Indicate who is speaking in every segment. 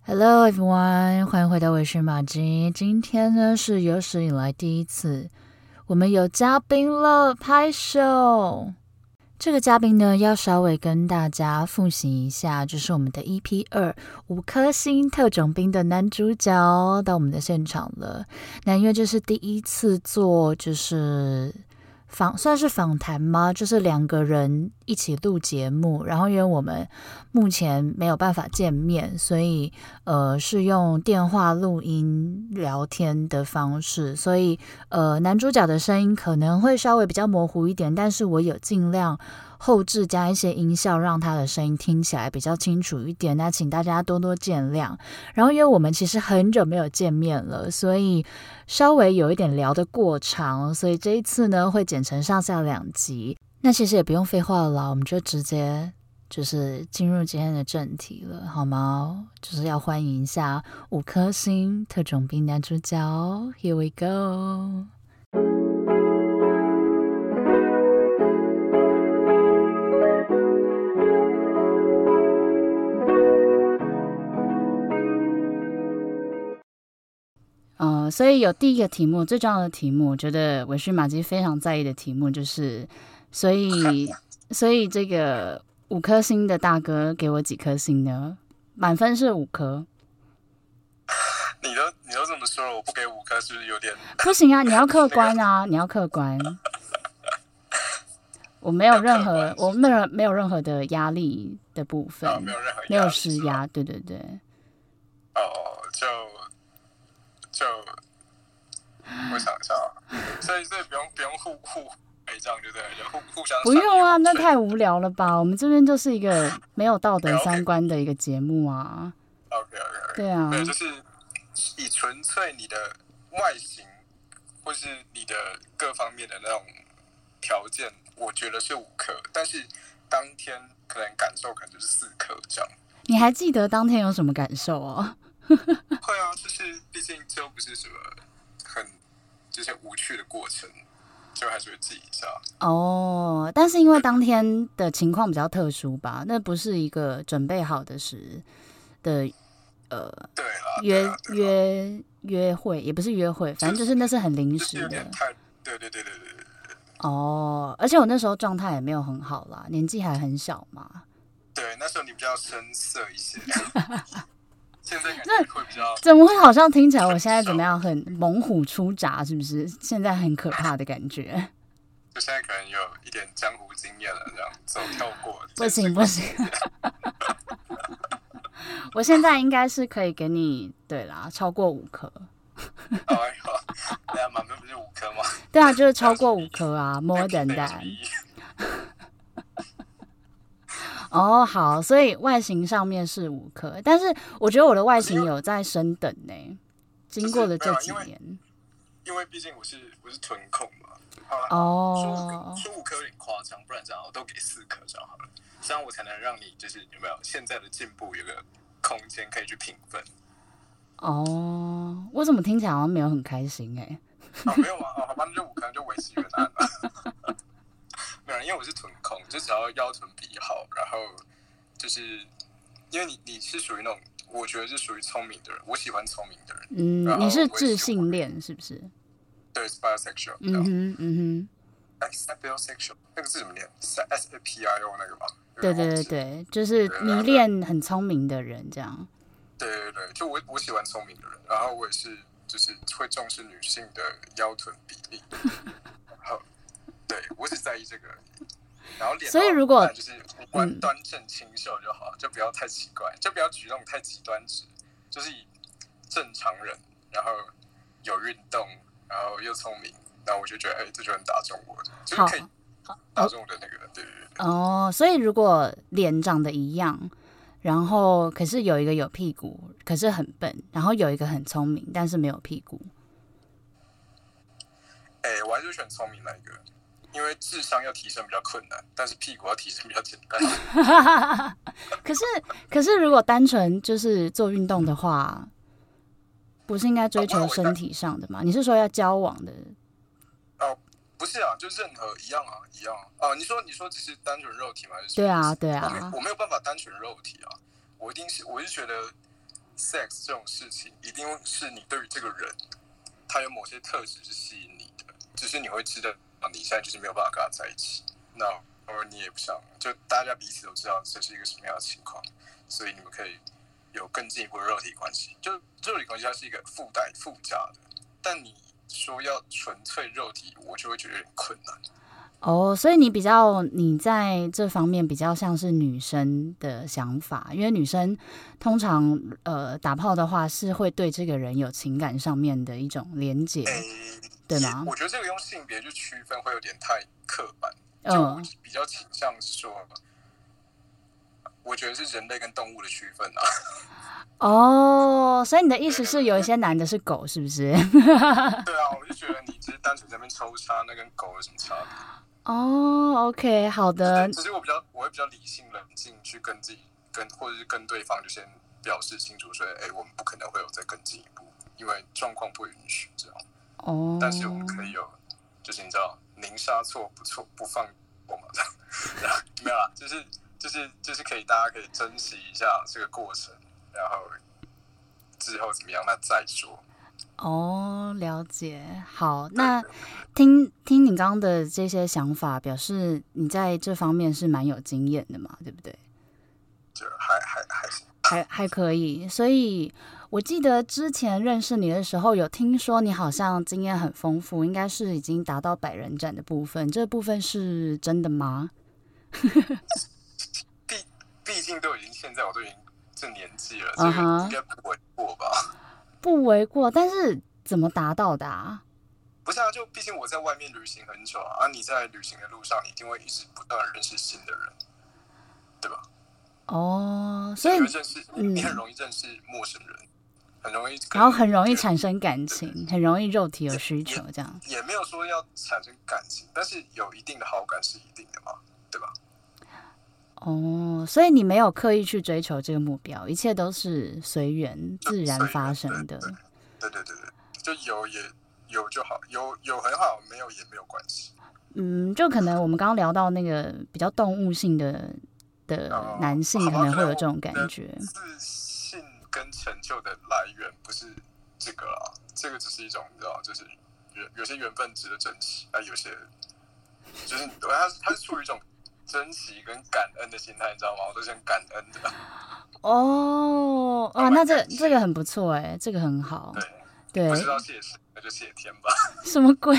Speaker 1: Hello everyone，欢迎回到我是马吉。今天呢是有史以来第一次，我们有嘉宾了，拍手。这个嘉宾呢要稍微跟大家复习一下，就是我们的 EP 二五颗星特种兵的男主角到我们的现场了。那因为这是第一次做，就是访算是访谈吗？就是两个人一起录节目，然后因为我们目前没有办法见面，所以呃是用电话录音聊天的方式，所以呃男主角的声音可能会稍微比较模糊一点，但是我有尽量后置加一些音效，让他的声音听起来比较清楚一点。那请大家多多见谅。然后因为我们其实很久没有见面了，所以稍微有一点聊得过长，所以这一次呢会剪成上下两集。那其实也不用废话了啦，我们就直接就是进入今天的正题了，好吗？就是要欢迎一下五颗星特种兵男主角，Here we go。
Speaker 2: 呃，所以有第一个题目，最重要的题目，我觉得我是马吉非常在意的题目就是，所以所以这个五颗星的大哥给我几颗星呢？满分是五颗，
Speaker 3: 你都你都这么说了，我不给五颗是不是有点？
Speaker 2: 不行 啊，你要客观啊，你要客观。我没有任何，我没有没有任何的压力的部分
Speaker 3: 啊，，没有任何压力
Speaker 2: 没有施
Speaker 3: 是吧
Speaker 2: 压，对对对，
Speaker 3: 哦，就就我想一下啊，所以所以不用不用互互哎这样对不对？就互互相
Speaker 2: 不用啊，那
Speaker 3: 太。
Speaker 2: 太无聊了吧？我们这边就是一个没有道德
Speaker 3: OK
Speaker 2: 三观的一个节目啊，
Speaker 3: OK OK，
Speaker 2: 对啊
Speaker 3: 没有，就是以纯粹你的外形或是你的各方面的那种条件，我觉得是五颗，但是当天可能感受可能就是四颗这样。
Speaker 2: 你还记得当天有什么感受哦？
Speaker 3: 会啊，就是毕竟这又不是什么很这些无趣的过程，就还是会记一下。
Speaker 2: 哦，但是因为当天的情况比较特殊吧，那不是一个准备好的时的呃
Speaker 3: 对啦，对啊
Speaker 2: 约
Speaker 3: 啦对啦
Speaker 2: 约约会，也不是约会，反正就是那是很临
Speaker 3: 就是有
Speaker 2: 时
Speaker 3: 点
Speaker 2: 的
Speaker 3: 太，对对对对对对
Speaker 2: 哦。而且我那时候状态也没有很好啦，年纪还很小嘛，
Speaker 3: 对，那时候你比较深色一 些，现在感
Speaker 2: 那
Speaker 3: 觉会比较。
Speaker 2: 怎么会好像听起来我现在怎么样很猛虎出闸，是不是？现在很可怕的感觉，
Speaker 3: 就现在可能有一点江湖经验了，这样走跳过。
Speaker 2: 不行不行。 我现在应该是可以给你对啦，超过五颗。
Speaker 3: 哎呦， 那满分不是五颗吗？
Speaker 2: 对啊，就是超过五颗啊，more
Speaker 3: 等
Speaker 2: than
Speaker 3: 等
Speaker 2: that。哦，好，所以外形上面是五颗，但是我觉得我的外形有在升等呢、经过了这几年。
Speaker 3: 因为毕竟我是我是臀控嘛。好啦
Speaker 2: 哦
Speaker 3: 说五颗说五颗有点夸张，不然这样我都给四颗这样好了，这样我才能让你就是有没有现在的进步有个空间可以去评分。
Speaker 2: 哦，我怎么听起来好像没有很开心哎、
Speaker 3: 哦，没有啊，哦好吧，那就五颗就维持原案吧。 没有，因为我是臀控，就只要腰臀比好，然后就是因为你你是属于那种，我觉得是属于聪明的人，我喜欢聪明的人，
Speaker 2: 嗯
Speaker 3: 然，后
Speaker 2: 你是自信恋是不是？
Speaker 3: 对是，bisexual，这
Speaker 2: 嗯
Speaker 3: 样
Speaker 2: 哼，嗯
Speaker 3: 哎 s a p i o s e x u a l 那个字怎么念？S S A P I O 那个吧？
Speaker 2: 哼，对
Speaker 3: 有点
Speaker 2: 对
Speaker 3: 忘
Speaker 2: 对
Speaker 3: 记
Speaker 2: 对，就是迷恋很聪明的人这样。
Speaker 3: 对对对，就我我喜欢聪明的人，然后我也是就是会重视女性的腰臀比例，然后对我只在意这个而已。然后脸的话，
Speaker 2: 所以如果嗯
Speaker 3: 当然就是五官端正清秀就好，就不要太奇怪，就不要举那种太极端值，就是以正常人，然后有运动，然后又聪明，那我就觉得哎，这就很打中我，就是
Speaker 2: 好
Speaker 3: 可以打中我的那个，对对对。
Speaker 2: 哦，所以如果脸长得一样，然后可是有一个有屁股，可是很笨，然后有一个很聪明，但是没有屁股。
Speaker 3: 哎、我还是选聪明那一个，因为智商要提升比较困难，但是屁股要提升比较简单。
Speaker 2: 可是，可是如果单纯就是做运动的话，不是应该追求身体上的吗？你是说要交往的？
Speaker 3: 不是啊，就任何一样啊，一样啊。啊你说你说只是单纯肉体吗？还是什么
Speaker 2: 对啊，对
Speaker 3: 我没
Speaker 2: 啊
Speaker 3: 我，没有办法单纯肉体啊，我一定是我是觉得 sex 这种事情，一定是你对于这个人，他有某些特质是吸引你的，只是你会知道啊，你现在就是没有办法跟他在一起。那而你也不想，就大家彼此都知道这是一个什么样的情况，所以你们可以有更进一步的肉体关系。就肉体关系它是一个附带附加的，但你说要纯粹肉体，我就会觉得有点困难。
Speaker 2: 哦，所以你比较你在这方面比较像是女生的想法，因为女生通常呃打炮的话是会对这个人有情感上面的一种连结，
Speaker 3: 诶、
Speaker 2: 对吗？
Speaker 3: 我觉得这个用性别去区分会有点太刻板，就我
Speaker 2: 嗯，
Speaker 3: 比较倾向是说，我觉得是人类跟动物的区分 啊。
Speaker 2: 哦，所以你的意思是有一些男的是狗，是不是？
Speaker 3: 对啊，我就觉得你只是单纯在那边抽插，那跟狗有什么差别？
Speaker 2: 哦，OK，好的
Speaker 3: 只，是我比较，我会比较理性冷静去跟自己跟或者是跟对方就先表示清楚说，哎、我们不可能会有再更进一步，因为状况不允许这样。
Speaker 2: 哦，
Speaker 3: 但是我们可以有，就是你知道，宁杀错不错不放过嘛， 然后没有啦，就是就是就是可以大家可以珍惜一下这个过程，然后之后怎么样那再说。
Speaker 2: 哦，了解。好，那听听你刚刚的这些想法，表示你在这方面是蛮有经验的嘛，对不对？
Speaker 3: 就还还还行，
Speaker 2: 还还可以，所以我记得之前认识你的时候，有听说你好像经验很丰富，应该是已经达到百人斩的部分，这部分是真的吗？
Speaker 3: 毕毕竟都已经现在我都已经这年纪了，这
Speaker 2: 嗯
Speaker 3: 个
Speaker 2: 哼
Speaker 3: 应该不为过吧？
Speaker 2: 不为过，但是怎么达到的啊？
Speaker 3: 不是啊，就毕竟我在外面旅行很久啊，啊你在旅行的路上，你一定会一直不断地认识新的人，对吧？
Speaker 2: 哦，所以
Speaker 3: 你会认识，你
Speaker 2: 嗯
Speaker 3: 你很容易认识陌生人，很容易跟，
Speaker 2: 然后很容易产生感情，很容易肉体有需求，这样
Speaker 3: 也没有说要产生感情，但是有一定的好感是一定的嘛，对吧？
Speaker 2: 哦。所以你没有刻意去追求这个目标，一切都是随缘自然发生的。
Speaker 3: 对对对对，就有也有就好，有有很好，没有也没有关系。
Speaker 2: 嗯，就可能我们刚刚聊到那个比较动物性的的
Speaker 3: 哦
Speaker 2: 男性，
Speaker 3: 好吧
Speaker 2: 可能会有
Speaker 3: 可能
Speaker 2: 这种
Speaker 3: 我
Speaker 2: 感
Speaker 3: 的
Speaker 2: 觉。
Speaker 3: 自信跟成就的来源不是这个啊，这个只是一种你知道，就是有有些缘分值得珍惜，啊，有些就是它它是出于一种珍惜跟感恩的心态，你知道吗？我都是很感恩的，
Speaker 2: 哦，哇，
Speaker 3: 慢慢
Speaker 2: 那这
Speaker 3: 感觉
Speaker 2: 这个很不错哎，这个很好。对
Speaker 3: 不，知道谢谁，那就谢天吧。
Speaker 2: 什么鬼？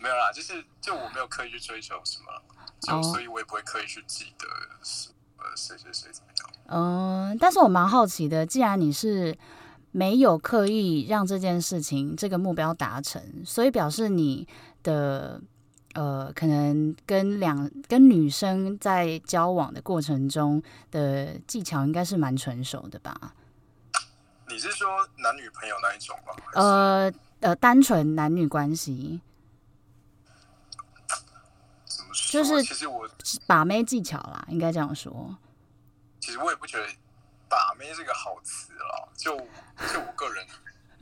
Speaker 3: 没有啦，就是就我没有刻意去追求什么，就、
Speaker 2: 哦
Speaker 3: 所以我也不会刻意去记得什么谁谁谁怎么样。
Speaker 2: 嗯，但是我蛮好奇的，既然你是没有刻意让这件事情这个目标达成，所以表示你的呃，可能跟两跟女生在交往的过程中的技巧应该是蛮成熟的吧？
Speaker 3: 你是说男女朋友那一种吗？还是
Speaker 2: 呃呃，单纯男女关系，
Speaker 3: 怎么说？
Speaker 2: 就是
Speaker 3: 其实我
Speaker 2: 把妹技巧啦，应该这样说。
Speaker 3: 其实我也不觉得“把妹”是个好词啦，就就我个人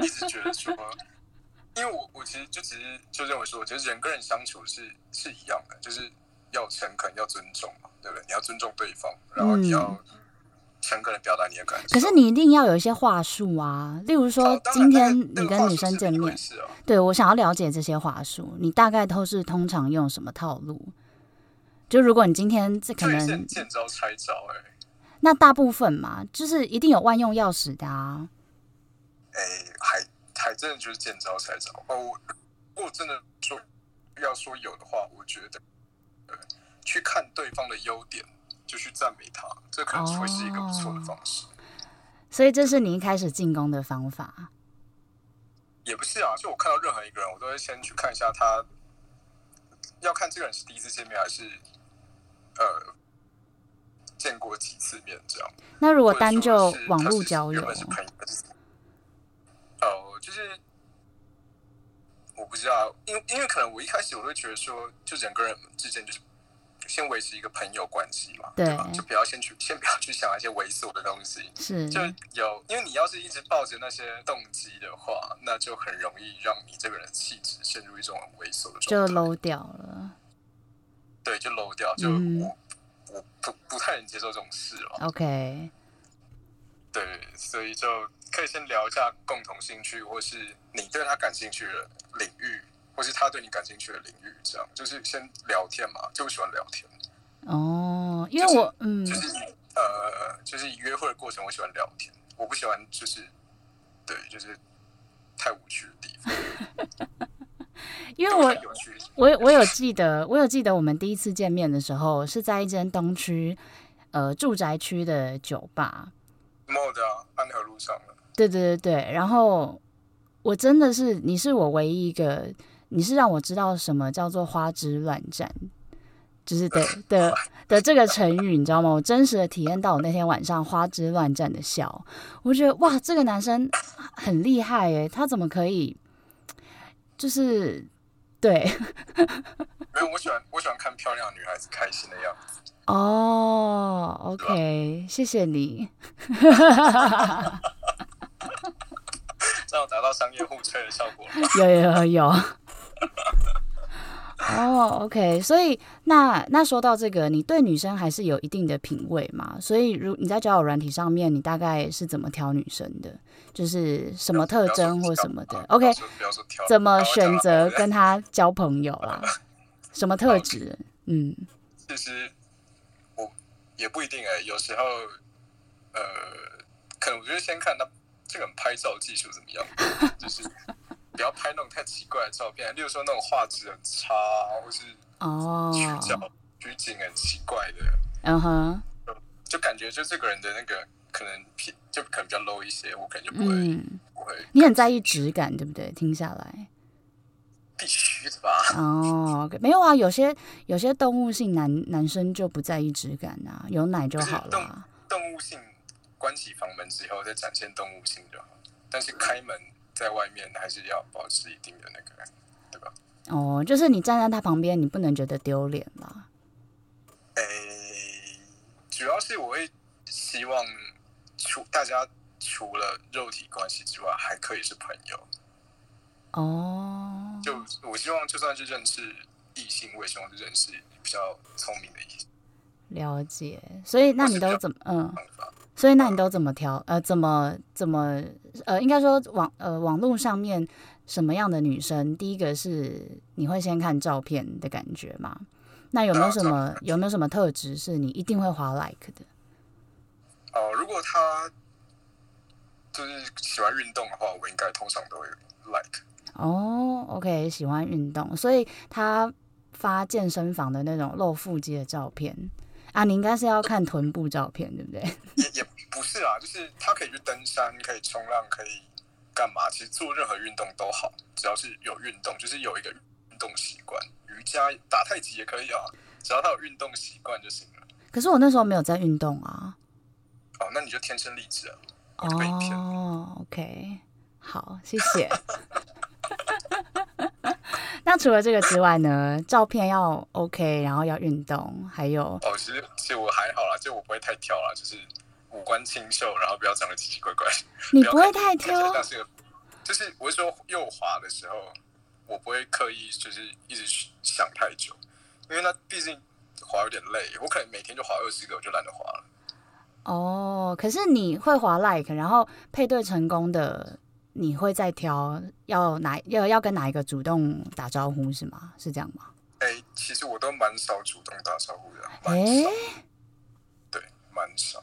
Speaker 3: 一直觉得说， 因为我我其实就只是就认为说，我觉得人跟人相处是是一样的，就是要诚恳，要尊重嘛，对不对？你要尊重对方，然后你要诚恳的表达你的感受。
Speaker 2: 可是你一定要有一些话术啊，例如
Speaker 3: 哦
Speaker 2: 说
Speaker 3: 当
Speaker 2: 今
Speaker 3: 然
Speaker 2: 天
Speaker 3: 那个那
Speaker 2: 你
Speaker 3: 个
Speaker 2: 跟
Speaker 3: 话
Speaker 2: 女
Speaker 3: 术
Speaker 2: 生
Speaker 3: 是
Speaker 2: 见
Speaker 3: 另一回
Speaker 2: 面，
Speaker 3: 事啊
Speaker 2: 对我想要了解这些话术，你大概都是通常用什么套路？就如果你今天这可
Speaker 3: 这也是
Speaker 2: 能
Speaker 3: 很见招拆招哎、
Speaker 2: 那大部分嘛，就是一定有万用钥匙的啊。
Speaker 3: 哎、还还真的就是见招拆招。哦，我如果真的说要说有的话，我觉得、呃、去看对方的优点，就去赞美他，这可能会是一个不
Speaker 2: 哦
Speaker 3: 错的方式。
Speaker 2: 所以这是你一开始进攻的方法。
Speaker 3: 也不是啊，就我看到任何一个人，我都会先去看一下他，要看这个人是第一次见面还是呃见过几次面这样。
Speaker 2: 那如果
Speaker 3: 或者
Speaker 2: 单
Speaker 3: 说
Speaker 2: 就是网
Speaker 3: 他
Speaker 2: 络
Speaker 3: 是
Speaker 2: 交友
Speaker 3: 原，本是朋友，还是什么哦，就是我不知道，因为因为可能我一开始我会觉得说，就人跟人之间就是先维持一个朋友关系嘛，
Speaker 2: 对嗯
Speaker 3: 吧？就不要先去先不要去想那些猥琐的东西，
Speaker 2: 是
Speaker 3: 就有因为你要是一直抱着那些动机的话，那就很容易让你这个人的气质陷入一种很猥琐的
Speaker 2: 就
Speaker 3: 状态，
Speaker 2: low 掉了。
Speaker 3: 对，就 low 掉，就我、
Speaker 2: 嗯
Speaker 3: 我不不太能接受这种事了。
Speaker 2: OK，
Speaker 3: 所以就可以先聊一下共同兴趣，或是你对他感兴趣的领域，或是他对你感兴趣的领域，这样就是先聊天嘛，就我喜欢聊天，
Speaker 2: 哦，因为我嗯
Speaker 3: 就是呃，就是约会的过程我喜欢聊天，我不喜欢就是对，就是太无趣的地方，
Speaker 2: 因为
Speaker 3: 都
Speaker 2: 哎我
Speaker 3: 太有趣。
Speaker 2: 我有我有记得，我有记得我们第一次见面的时候是在一间东区呃住宅区的酒吧，
Speaker 3: 莫的啊，安和路上了，
Speaker 2: 对对对对，然后我真的是你是我唯一一个，你是让我知道什么叫做花枝乱颤。就是的的的这个成语，你知道吗？我真实的体验到我那天晚上花枝乱颤的笑，我觉得哇，这个男生很厉害耶，他怎么可以，就是对，
Speaker 3: 没有，我喜欢我喜欢看漂亮的女孩子开心的样子，
Speaker 2: 哦、o k 谢谢你。
Speaker 3: 这样达到商业互吹的效果了。
Speaker 2: 有有有有。哦、o k 所以那那说到这个，你对女生还是有一定的品味嘛？所以如你在交友软体上面，你大概是怎么挑女生的？就是什么特征或什么的？OK，
Speaker 3: 啊不要说啊挑，
Speaker 2: 怎么选择
Speaker 3: 跟
Speaker 2: 跟她交朋友啦？什么特质？嗯，
Speaker 3: 其实我也不一定哎、有时候呃，可能我觉得先看他这个人拍照技术怎么样，就是不要拍那种太奇怪的照片，例如说那种画质很差，啊或是
Speaker 2: 哦，
Speaker 3: 取角取景很奇怪的，
Speaker 2: 嗯哼，
Speaker 3: 就感觉就这个人的那个可能品就可能比较 low 一些，我可能就不会、
Speaker 2: 嗯，
Speaker 3: 不会，
Speaker 2: 你很在意质感，对不对？听下来。
Speaker 3: 必须的吧？
Speaker 2: 哦，OK，没有啊，有些有些动物性男男生就不在意质感啊，有奶就好啊
Speaker 3: 动
Speaker 2: 啦。
Speaker 3: 动物性关起房门之后再展现动物性就好，但是开门在外面还是要保持一定的那个，对吧？
Speaker 2: 哦，就是你站在他旁边，你不能觉得丢脸啦。
Speaker 3: 诶、呃主要是我会希望除大家除了肉体关系之外，还可以是朋友。
Speaker 2: 哦，
Speaker 3: 就我希望，就算是认识异性，我也希望是认识比较聪明的异性
Speaker 2: 了解。所以那
Speaker 3: 我
Speaker 2: 你
Speaker 3: 是
Speaker 2: 都
Speaker 3: 比较
Speaker 2: 怎么嗯？
Speaker 3: 方法。
Speaker 2: 所以那你都怎么挑？呃，怎么怎么呃，应该说网呃网络上面什么样的女生，第一个是你会先看照片的感觉嘛？那有没有
Speaker 3: 呃
Speaker 2: 什么有没有什么特质是你一定会划 like 的？
Speaker 3: 哦、如果他就是喜欢运动的话，我应该通常都会 like。
Speaker 2: 哦，OK，喜欢运动，所以他发健身房的那种露腹肌的照片啊，你应该是要看臀部照片，对不 对？
Speaker 3: 也也不是啊，就是他可以去登山，可以冲浪，可以干嘛？其实做任何运动都好，只要是有运动，就是有一个运动习惯。瑜伽、打太极也可以啊，只要他有运动习惯就行了。
Speaker 2: 可是我那时候没有在运动啊。
Speaker 3: 哦，那你就天生丽质啊了。我就被你骗了。
Speaker 2: 哦，OK，好，谢谢。 那除了这个之外呢？照片要 OK，然后要运动，还有
Speaker 3: 哦，其实其实我还好啦，就我不会太挑啦，就是五官清秀，然后不要长得奇奇怪怪。
Speaker 2: 你
Speaker 3: 要
Speaker 2: 不会
Speaker 3: 看起
Speaker 2: 太
Speaker 3: 看起来
Speaker 2: 挑
Speaker 3: 像是个，就是我是说右滑的时候，我不会刻意就是一直想太久，因为那毕竟滑有点累，我可能每天就滑二十个，我就懒得滑了。
Speaker 2: 哦。可是你会滑 like，然后配对成功的，你会再挑要哪要要跟哪一个主动打招呼是吗？是这样吗？
Speaker 3: 哎、其实我都蛮少主动打招呼的，蛮
Speaker 2: 诶
Speaker 3: 少，对，蛮少。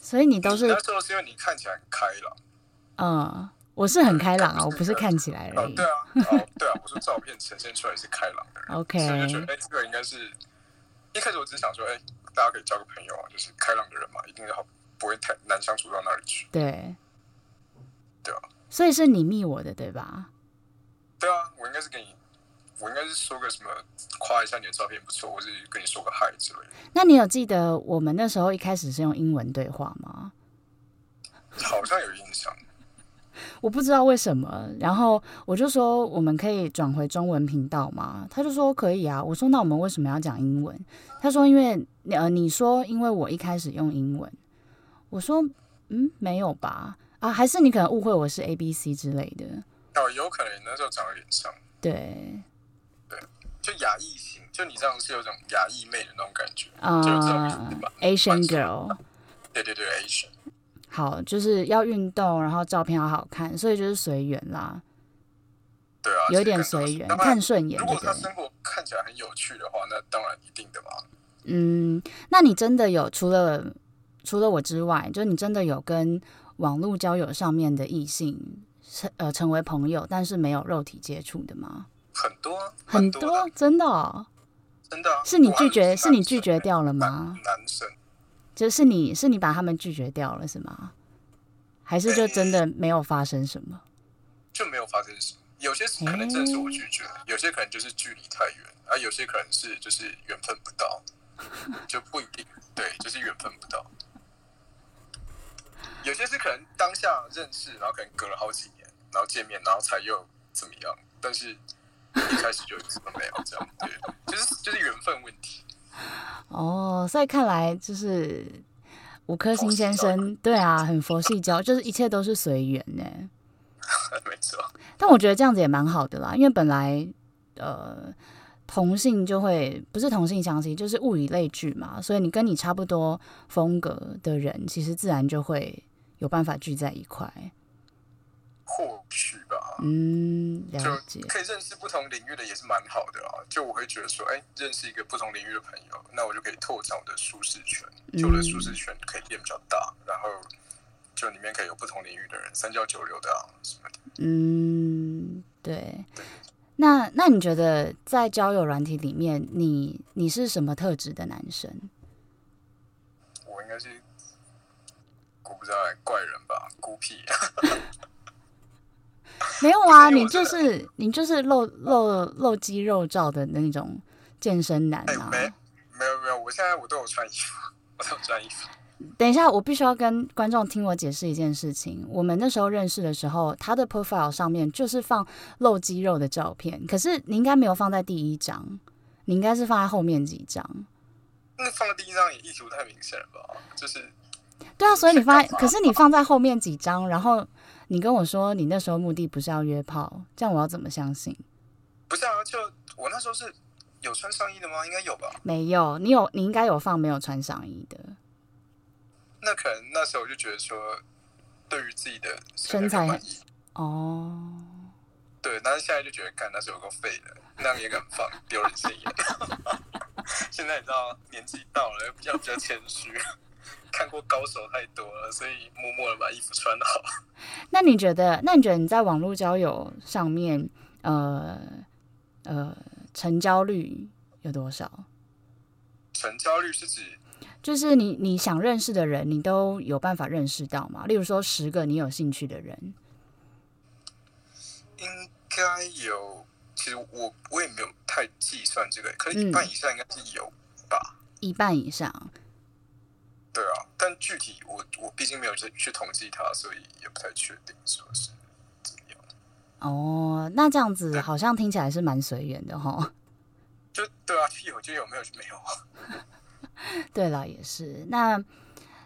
Speaker 2: 所以你都是
Speaker 3: 那时候是因为你看起来很开朗，
Speaker 2: 嗯，我是很开朗啊，我不是看起来而
Speaker 3: 哦，
Speaker 2: 已
Speaker 3: 对。啊，哦，对啊，我说照片呈现出来是开朗的 人
Speaker 2: OK
Speaker 3: 所以就觉得哎、这个应该是，一开始我只是想说，哎、大家可以交个朋友啊，就是开朗的人嘛，一定是好，不会太难相处到哪里去。
Speaker 2: 对，
Speaker 3: 对啊，
Speaker 2: 所以是你密我的对吧？
Speaker 3: 对啊，我应该是给你，我应该是说个什么，夸一下你的照片不错，或是跟你说个嗨之类的，
Speaker 2: 那你有记得我们那时候一开始是用英文对话吗？
Speaker 3: 好像有印象。
Speaker 2: 我不知道为什么，然后我就说我们可以转回中文频道吗？他就说可以啊。我说那我们为什么要讲英文？他说因为呃你说因为我一开始用英文，我说嗯没有吧啊，还是你可能误会我是 A B C 之类的。
Speaker 3: 哦，有可能那时候长得有点像，
Speaker 2: 对，
Speaker 3: 就亚裔型，就你这样是有种亚裔妹的那种感觉，
Speaker 2: 啊
Speaker 3: 就是这种意思吧
Speaker 2: a s i a n
Speaker 3: 蛮
Speaker 2: girl。
Speaker 3: 对对对，Asian。
Speaker 2: 好，就是要运动，然后照片要好看，所以就是随缘啦，
Speaker 3: 对啊，
Speaker 2: 有点
Speaker 3: 这个
Speaker 2: 随
Speaker 3: 更
Speaker 2: 缘，
Speaker 3: 多当然
Speaker 2: 看顺眼
Speaker 3: 如
Speaker 2: 就
Speaker 3: 果
Speaker 2: 对
Speaker 3: 他
Speaker 2: 了。
Speaker 3: 生活看起来很有趣的话，那当然一定的嘛。
Speaker 2: 嗯，那你真的有除了除了我之外，就你真的有跟网络交友上面的异性成呃成为朋友，但是没有肉体接触的吗？
Speaker 3: 很多啊
Speaker 2: 很
Speaker 3: 蛮多的啊，
Speaker 2: 真的、哦，
Speaker 3: 真的啊
Speaker 2: 是你
Speaker 3: 我还
Speaker 2: 拒绝，
Speaker 3: 有
Speaker 2: 是你
Speaker 3: 男生
Speaker 2: 拒绝掉了吗？
Speaker 3: 男男生
Speaker 2: 就是你是你把他们拒绝掉了是吗？还是就真的没有发生什么？
Speaker 3: 就没有发生什么。有些可能真的是我拒绝，有些可能就是距离太远，啊，有些可能是就是缘分不到，就不一定。对，就是缘分不到。有些是可能当下认识，然后可能隔了好几年，然后见面，然后才又怎么样，但是一开始就一直都没有这样，对，就是就是缘分问题。
Speaker 2: 哦，所以看来就是五颗星
Speaker 3: 佛系
Speaker 2: 先
Speaker 3: 交友
Speaker 2: 生，对啊，很佛系教，就是一切都是随缘呢、
Speaker 3: 没错，
Speaker 2: 但我觉得这样子也蛮好的啦，因为本来呃同性就会不是同性相吸，就是物以类聚嘛，所以你跟你差不多风格的人，其实自然就会有办法聚在一块。
Speaker 3: 或许吧。
Speaker 2: 嗯，了解
Speaker 3: 就。可以认识不同领域的也是蛮好的啊。就我会觉得说，哎，认识一个不同领域的朋友，那我就可以拓展我的舒适圈，就我的舒
Speaker 2: 嗯
Speaker 3: 适圈可以变比较大，然后就里面可以有不同领域的人，三教九流的啊什么的。
Speaker 2: 嗯，对
Speaker 3: 对。
Speaker 2: 那那你觉得在交友软体里面，你你是什么特质的男生？
Speaker 3: 我应该是我不知道哎怪人吧，孤僻。 哎
Speaker 2: 没有啊，
Speaker 3: 就是因为
Speaker 2: 你
Speaker 3: 我
Speaker 2: 就
Speaker 3: 真的
Speaker 2: 是你就是露露露肌肉照的那种健身男
Speaker 3: 哎，
Speaker 2: 啊。
Speaker 3: 没没有没有，我现在我都有穿衣服，我都有穿衣服。
Speaker 2: 等一下，我必须要跟观众听我解释一件事情。我们那时候认识的时候，他的 profile 上面就是放露肌肉的照片，可是你应该没有放在第一张，你应该是放在后面几张。
Speaker 3: 那放在第一张也意图太明显了吧？就是
Speaker 2: 对啊，所以你放在，
Speaker 3: 是干嘛
Speaker 2: 可是你放在后面几张，然后你跟我说你那时候目的不是要约炮，这样我要怎么相信？
Speaker 3: 不是啊？就我那时候是有穿上衣的吗？应该有吧？
Speaker 2: 没有，你有，你应该有放没有穿上衣的
Speaker 3: 那可能那时候我就觉得说，对于自己的
Speaker 2: 身材
Speaker 3: 很满意，
Speaker 2: 哦。
Speaker 3: 对，但是现在就觉得，干那时候有个废的，那样也敢放，丢人现眼。 现在你知道年纪到了，比较比较谦虚，看过高手太多了，所以默默的把衣服穿好。
Speaker 2: 那你觉得？那你觉得你在网络交友上面，呃呃，成交率有多少？
Speaker 3: 成交率是指
Speaker 2: 就是你你想认识的人，你都有办法认识到吗？例如说十个你有兴趣的人，
Speaker 3: 应该有，其实我我也没有太计算这个，可是一
Speaker 2: 嗯
Speaker 3: 半以上应该是有吧？
Speaker 2: 一半以上。
Speaker 3: 对啊，但具体我我毕竟没有去去统计它，所以也不太确定说是怎么样。
Speaker 2: 哦，那这样子好像听起来是蛮随缘的哈。
Speaker 3: 就对啊，有就有，没有就没有啊。
Speaker 2: 对了，也是。那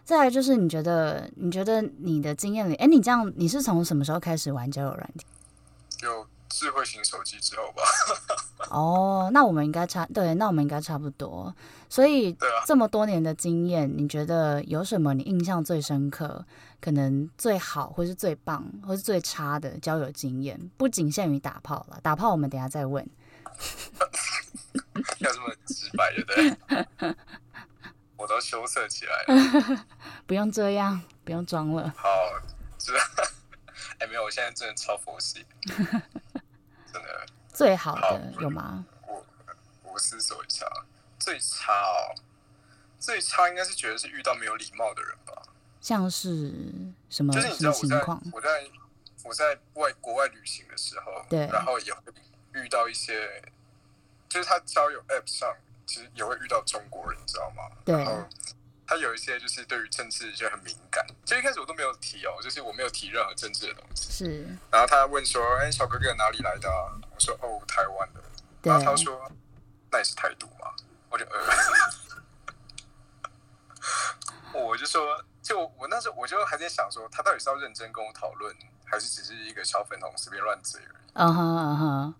Speaker 2: 再来就是，你觉得你觉得你的经验里，哎，你这样你是从什么时候开始玩交友软体？
Speaker 3: 有智慧型手机之后吧，
Speaker 2: 哦，那我们应该差对，那我们应该差不多。所以
Speaker 3: 对啊
Speaker 2: 这么多年的经验，你觉得有什么你印象最深刻，可能最好，或是最棒，或是最差的交友经验？不仅限于打炮了，打炮我们等一下再问。
Speaker 3: 要这么直白，对不对？我都羞涩起来了。
Speaker 2: 不用这样，不用装了。
Speaker 3: 好，这 哎、没有，我现在真的超佛系，真的，
Speaker 2: 最好
Speaker 3: 好
Speaker 2: 的有吗？
Speaker 3: 我我思索一下，啊最差哦，最差应该是觉得是遇到没有礼貌的人吧，
Speaker 2: 像是什么
Speaker 3: 就是你知
Speaker 2: 什
Speaker 3: 道
Speaker 2: 么
Speaker 3: 我
Speaker 2: 情
Speaker 3: 在
Speaker 2: 况？
Speaker 3: 我在我在外国外旅行的时候，
Speaker 2: 对
Speaker 3: 然后也会遇到一些，就是他交友 App 上其实也会遇到中国人，你知道吗？
Speaker 2: 对
Speaker 3: 然后他有一些就是对于政治就很敏感，就一开始我都没有提哦，就是我没有提任何政治的东西。
Speaker 2: 是，
Speaker 3: 然后他问说：“哎，小哥哥哪里来的、啊？”我说：“哦，台湾的。”
Speaker 2: 对
Speaker 3: 然后，他说：“那也是台独吗？”我就呃， 我就说，就我那时候我就还在想说，他到底是要认真跟我讨论，还是只是一个小粉红随便乱嘴而已？
Speaker 2: 嗯哼嗯哼，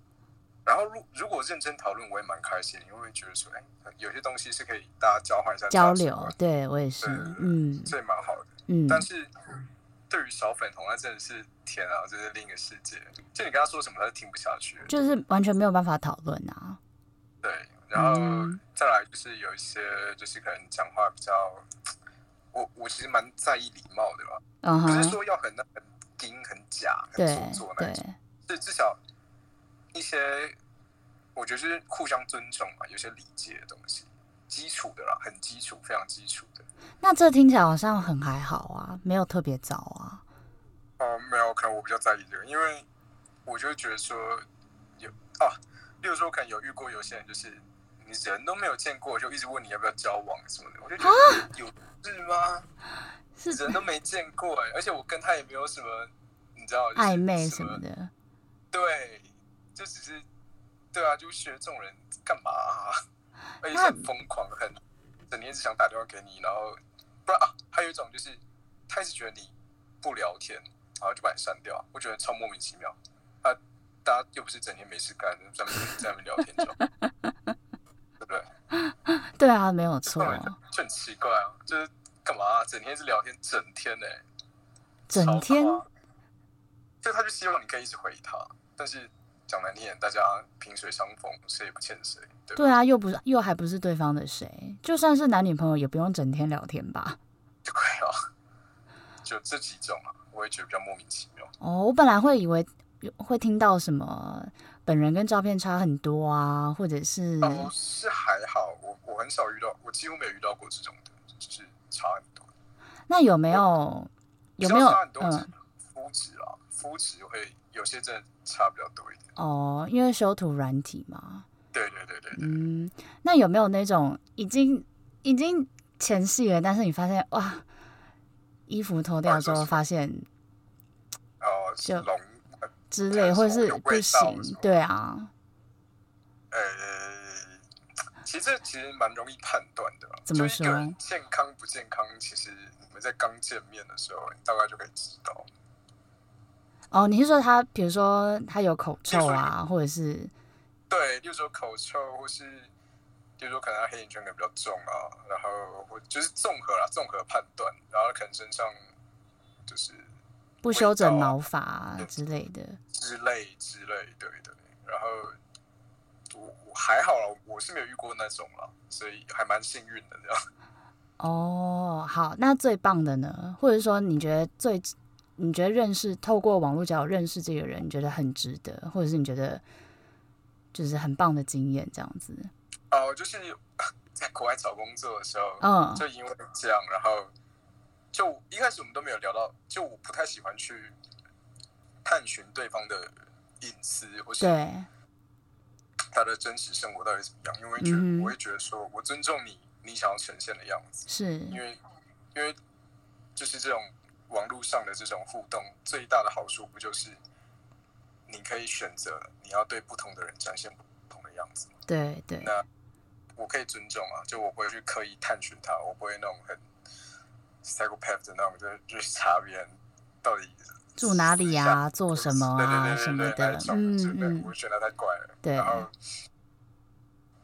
Speaker 3: 然后如如果认真讨论，我也蛮开心，因为觉得说，哎，有些东西是可以大家交换一下
Speaker 2: 交
Speaker 3: 价值
Speaker 2: 流
Speaker 3: 观，
Speaker 2: 对我也是
Speaker 3: 对对，对
Speaker 2: 嗯
Speaker 3: 这也蛮好的。
Speaker 2: 嗯，
Speaker 3: 但是对于小粉红，那真的是天啊，这是另一个世界。就你跟他说什么，他都听不下去。
Speaker 2: 就是完全没有办法讨论啊。
Speaker 3: 对，然后
Speaker 2: 嗯
Speaker 3: 再来就是有一些，就是可能讲话比较，我我其实蛮在意礼貌的吧，
Speaker 2: 嗯
Speaker 3: 不是
Speaker 2: 哼，
Speaker 3: 说要很那很硬、很假、很
Speaker 2: 对
Speaker 3: 做作那
Speaker 2: 对
Speaker 3: 一种，是至少一些，我觉得是互相尊重嘛，有些理解的东西，基础的啦，很基础，非常基础的。
Speaker 2: 那这听起来好像很还好啊，没有特别糟啊。
Speaker 3: 哦，没有，可能我比较在意这个，因为我就会觉得说有啊，例如说可能有遇过有些人就是你人都没有见过，就一直问你要不要交往什么的，我就觉
Speaker 2: 啊
Speaker 3: 得有事吗？
Speaker 2: 是
Speaker 3: 人都没见过哎、而且我跟他也没有什么，你知道、就是
Speaker 2: 暧昧
Speaker 3: 什
Speaker 2: 什么的，
Speaker 3: 对，就只是对啊，就学这种人干嘛、啊？而且
Speaker 2: 那
Speaker 3: 是很疯狂，很整天只想打电话给你，然后不然啊，还有一种就是他一直觉得你不聊天，然后就把你删掉，我觉得超莫名其妙。啊，大家又不是整天没事干，在那边在那边聊天就好，对不对？
Speaker 2: 对啊，没有
Speaker 3: 这
Speaker 2: 错
Speaker 3: 种，人就就很奇怪啊，就是干嘛、啊、整天是聊天，整天欸呢、
Speaker 2: 整天
Speaker 3: 超夸所以他就希望你可以一直回他，但是讲难听点，大家萍水相逢，谁也不欠谁，对吧？
Speaker 2: 对啊，又不是又还不是对方的谁，就算是男女朋友也不用整天聊天吧。
Speaker 3: 对啊，就这几种啊，我也觉得比较莫名其妙。
Speaker 2: 哦，我本来会以为会听到什么本人跟照片差很多啊，或者是
Speaker 3: 哦，是还好，我我很少遇到，我几乎没有遇到过这种的，就是差很多。
Speaker 2: 那有没有有
Speaker 3: 比较
Speaker 2: 没有
Speaker 3: 差很多？
Speaker 2: 嗯
Speaker 3: 肤质啊，肤质会有些真的差比较多一点。
Speaker 2: 哦，因为修图软体嘛，
Speaker 3: 对对对对对，
Speaker 2: 嗯，那有没有那种已经已经前戏了，但是你发现哇，衣服脱掉之后发现
Speaker 3: 然后
Speaker 2: 就
Speaker 3: 龙
Speaker 2: 之类，或是不行，对啊，
Speaker 3: 呃，其实这其实蛮容易判断的啦。
Speaker 2: 怎么
Speaker 3: 就一个人
Speaker 2: 说
Speaker 3: 健康不健康，其实你们在刚见面的时候，你大概就可以知道。
Speaker 2: 哦，你是说他，比如说他有口臭啊，或者是
Speaker 3: 对，例如说口臭，或是例如说可能他黑眼圈可能比较重啊，然后或就是综合啦，综合判断，然后可能身上就是
Speaker 2: 不修整毛发、啊、之类的，
Speaker 3: 之类之类，对对。然后我我还好啦，我是没有遇过那种啦，所以还蛮幸运的这样。
Speaker 2: 哦，好，那最棒的呢？或者说你觉得最，你觉得认识透过网络交友认识这个人，你觉得很值得，或者是你觉得就是很棒的经验这样子？
Speaker 3: 哦、就是 在国外找工作的时候，
Speaker 2: 嗯
Speaker 3: 就因为这样，然后就一开始我们都没有聊到，就我不太喜欢去探寻对方的隐私或是
Speaker 2: 对，
Speaker 3: 他的真实生活到底怎么样，因为觉
Speaker 2: 嗯哼
Speaker 3: 得我会觉得说我尊重你，你想要呈现的样子，
Speaker 2: 是，
Speaker 3: 因为因为就是这种网络上的这种互动，最大的好处不就是你可以选择你要对不同的人展现不同的样子吗？
Speaker 2: 对对，
Speaker 3: 那我可以尊重啊，就我不会去刻意探寻他，我不会那种很 psychopath 的那种，就是就是查别人到底
Speaker 2: 住哪里呀、
Speaker 3: 啊，
Speaker 2: 做什么啊
Speaker 3: 对
Speaker 2: 什么
Speaker 3: 对对对对
Speaker 2: 的
Speaker 3: 那，种
Speaker 2: 嗯
Speaker 3: 就对
Speaker 2: 嗯
Speaker 3: 我，觉得他太怪了。
Speaker 2: 对
Speaker 3: 然后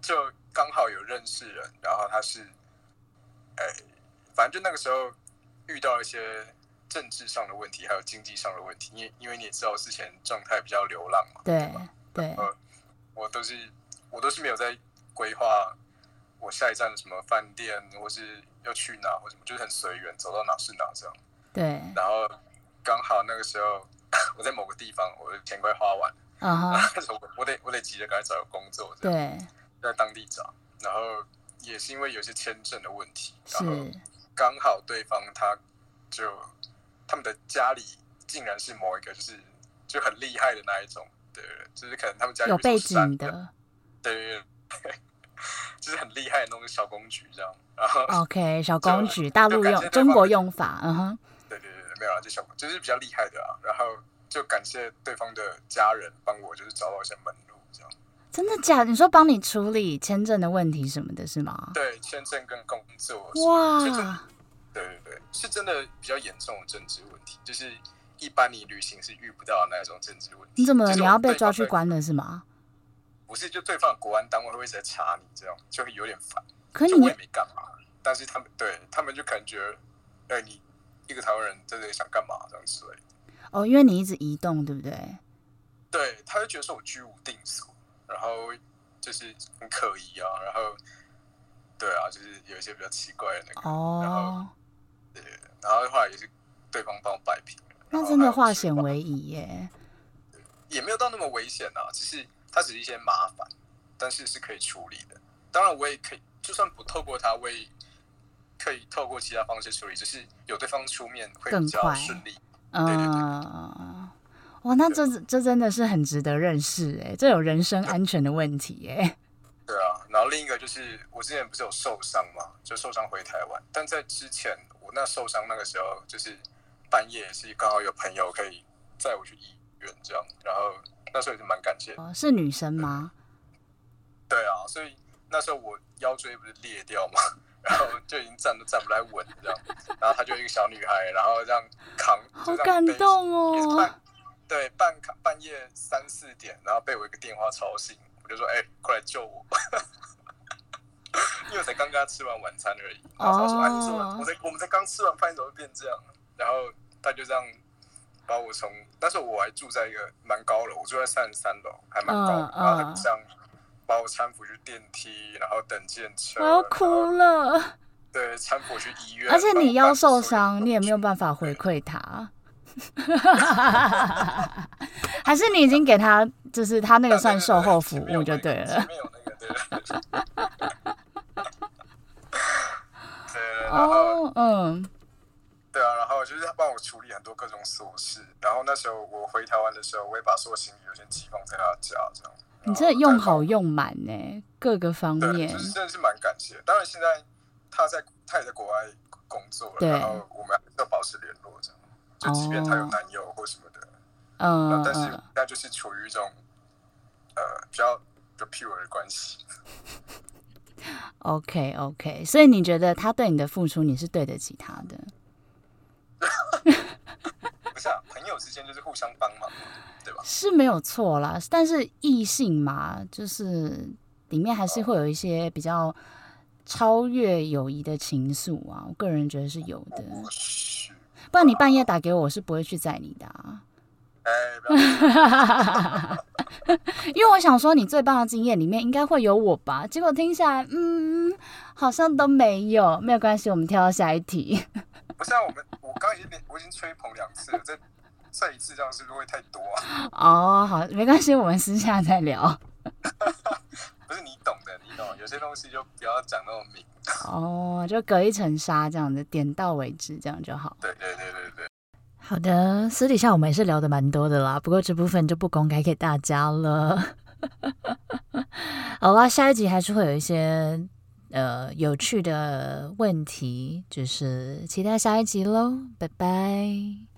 Speaker 3: 就刚好有认识人，然后他是，哎，反正就那个时候遇到一些政治上的问题，还有经济上的问题，因为因为你也知道我之前状态比较流浪嘛，
Speaker 2: 对对，
Speaker 3: 呃我都是我都是没有在规划我下一站的什么饭店，或是要去哪或什么，就是很随缘，走到哪是哪这样。
Speaker 2: 对，
Speaker 3: 然后刚好那个时候我在某个地方，我的钱快花完了，
Speaker 2: 嗯 哼，
Speaker 3: 那时候我我得我得急着赶快找个工作，这样
Speaker 2: 对，
Speaker 3: 在当地找。然后也是因为有些签证的问题，然后
Speaker 2: 是，
Speaker 3: 刚好对方他就他们的家里竟然是某一个就是就很厉害的那一种，对，就是可能他们家里
Speaker 2: 有
Speaker 3: 一座
Speaker 2: 背
Speaker 3: 山
Speaker 2: 景的
Speaker 3: 对， 就是很厉害的那种小公举这样。然后，
Speaker 2: ，OK，小公举，大
Speaker 3: 就
Speaker 2: 陆
Speaker 3: 感
Speaker 2: 用
Speaker 3: 谢对
Speaker 2: 中
Speaker 3: 方
Speaker 2: 国
Speaker 3: 的
Speaker 2: 用法，嗯哼，
Speaker 3: 对对对，没有啦，啊就小公就是比较厉害的啊。然后就感谢对方的家人帮我，就是找到一些门路这样。
Speaker 2: 真的假的？你说帮你处理签证的问题什么的，是吗？
Speaker 3: 对，签证跟工作，就是
Speaker 2: 哇，
Speaker 3: 对对对，是真的比较严重的政治问题，就是一般你旅行是遇不到的那种政治问题。
Speaker 2: 你怎么
Speaker 3: 就
Speaker 2: 了？
Speaker 3: 是
Speaker 2: 你
Speaker 3: 我
Speaker 2: 要被
Speaker 3: 对
Speaker 2: 抓
Speaker 3: 方
Speaker 2: 去
Speaker 3: 的？
Speaker 2: 关了是吗？
Speaker 3: 不是，就对方的国安单位会一直在查你，这样就会有点烦。
Speaker 2: 可
Speaker 3: 就我
Speaker 2: 你
Speaker 3: 也没干嘛，但是他们对他们就感觉，哎，你一个台湾人在这里想干嘛这样之类的。
Speaker 2: 哦，因为你一直移动，对不对？
Speaker 3: 对，他就觉得说我居无定所，然后就是很可疑啊，然后对啊，就是有一些比较奇怪的那个，
Speaker 2: 哦，
Speaker 3: 对然后后来也是对方帮我摆平了。然
Speaker 2: 那
Speaker 3: 后
Speaker 2: 真的
Speaker 3: 还有
Speaker 2: 化
Speaker 3: 是
Speaker 2: 险
Speaker 3: 帮
Speaker 2: 为夷耶。
Speaker 3: 也没有到那么危险啊，只是它只是一些麻烦，但是是可以处理的。当然，我也可以，就算不透过它，我也可以透过其他方式处理，只是有对方出面会比
Speaker 2: 更快
Speaker 3: 较顺利。
Speaker 2: 嗯、
Speaker 3: 对对
Speaker 2: 哇，那这这真的是很值得认识哎，这有人身安全的问题哎。
Speaker 3: 对啊，然后另一个就是我之前不是有受伤嘛，就受伤回台湾，但在之前我那受伤那个时候，就是半夜是刚好有朋友可以载我去医院这样，然后那时候也是蛮感谢的
Speaker 2: 哦，是女生吗？
Speaker 3: 对啊，所以那时候我腰椎不是裂掉嘛， 然后就已经站都站不来稳这样，然后她就一个小女孩，然后这样扛，
Speaker 2: 好
Speaker 3: 就这样
Speaker 2: 感
Speaker 3: 背着
Speaker 2: 动
Speaker 3: 也是
Speaker 2: 哦
Speaker 3: 半。对半半夜三四点，然后被我一个电话吵醒，我就说：“哎、过来救我！”因为我才刚跟他吃完晚餐而已。然后他说：“哎、你怎
Speaker 2: 哦
Speaker 3: 么？我才我们才刚吃完饭，你怎么会变这样？”然后他就这样把我从，但是我还住在一个蛮高楼，我住在三十三楼，还蛮高的。
Speaker 2: 嗯
Speaker 3: 然后他
Speaker 2: 嗯
Speaker 3: 就这样把我搀扶去电梯，然后等电车。
Speaker 2: 我要
Speaker 3: 然
Speaker 2: 哭
Speaker 3: 后
Speaker 2: 了，
Speaker 3: 对，搀扶我去医院。
Speaker 2: 而且
Speaker 3: 帮我
Speaker 2: 你腰
Speaker 3: 搬所有
Speaker 2: 受
Speaker 3: 的
Speaker 2: 伤，你也没有办法回馈他， 还是你已经给他，就是他那个算售后服务就对了
Speaker 3: 前。面有那个，对对对。对，然后
Speaker 2: 哦，嗯，
Speaker 3: 对啊，然后就是他帮我处理很多各种琐事，然后那时候我回台湾的时候，我也把所有行李有些寄放在他家，这样。
Speaker 2: 你真的用好
Speaker 3: 然后
Speaker 2: 用满呢，各个方
Speaker 3: 对，
Speaker 2: 面
Speaker 3: 就。是真的是蛮感谢。当然现在他在他也在国外工作了，
Speaker 2: 对哦
Speaker 3: 然后我们还是要保持联络这样，就即便他有男友或什么的，那
Speaker 2: 嗯
Speaker 3: 但是
Speaker 2: 嗯，
Speaker 3: 那就是处于一种呃比较比较 pure 的关系。
Speaker 2: OK OK，所以你觉得他对你的付出，你是对得起他的？
Speaker 3: 不是啊，朋友之间就是互相帮忙嘛，对吧？
Speaker 2: 是没有错啦，但是异性嘛，就是里面还是会有一些比较超越友谊的情愫啊，我个人觉得是有的。
Speaker 3: 我去，
Speaker 2: 不然你半夜打给我，我是不会去载你的啊，
Speaker 3: 哎，不要紧
Speaker 2: 因为我想说你最棒的经验里面应该会有我吧，结果听下来，嗯，好像都没有，没有关系，我们跳到下一题。
Speaker 3: 不是啊，我们我刚刚已经连我已经吹捧两次了，再再一次这样是不是会太多啊？
Speaker 2: 哦，好，没关系，我们私下再聊。
Speaker 3: 不是你懂的，你懂，有些东西就不要讲那么明。
Speaker 2: 哦，就隔一层纱这样子，点到为止，这样就好。
Speaker 3: 对对对对对，
Speaker 1: 好的，私底下我们也是聊的蛮多的啦，不过这部分就不公开给大家了。 好啦，下一集还是会有一些呃有趣的问题，就是期待下一集喽，拜拜。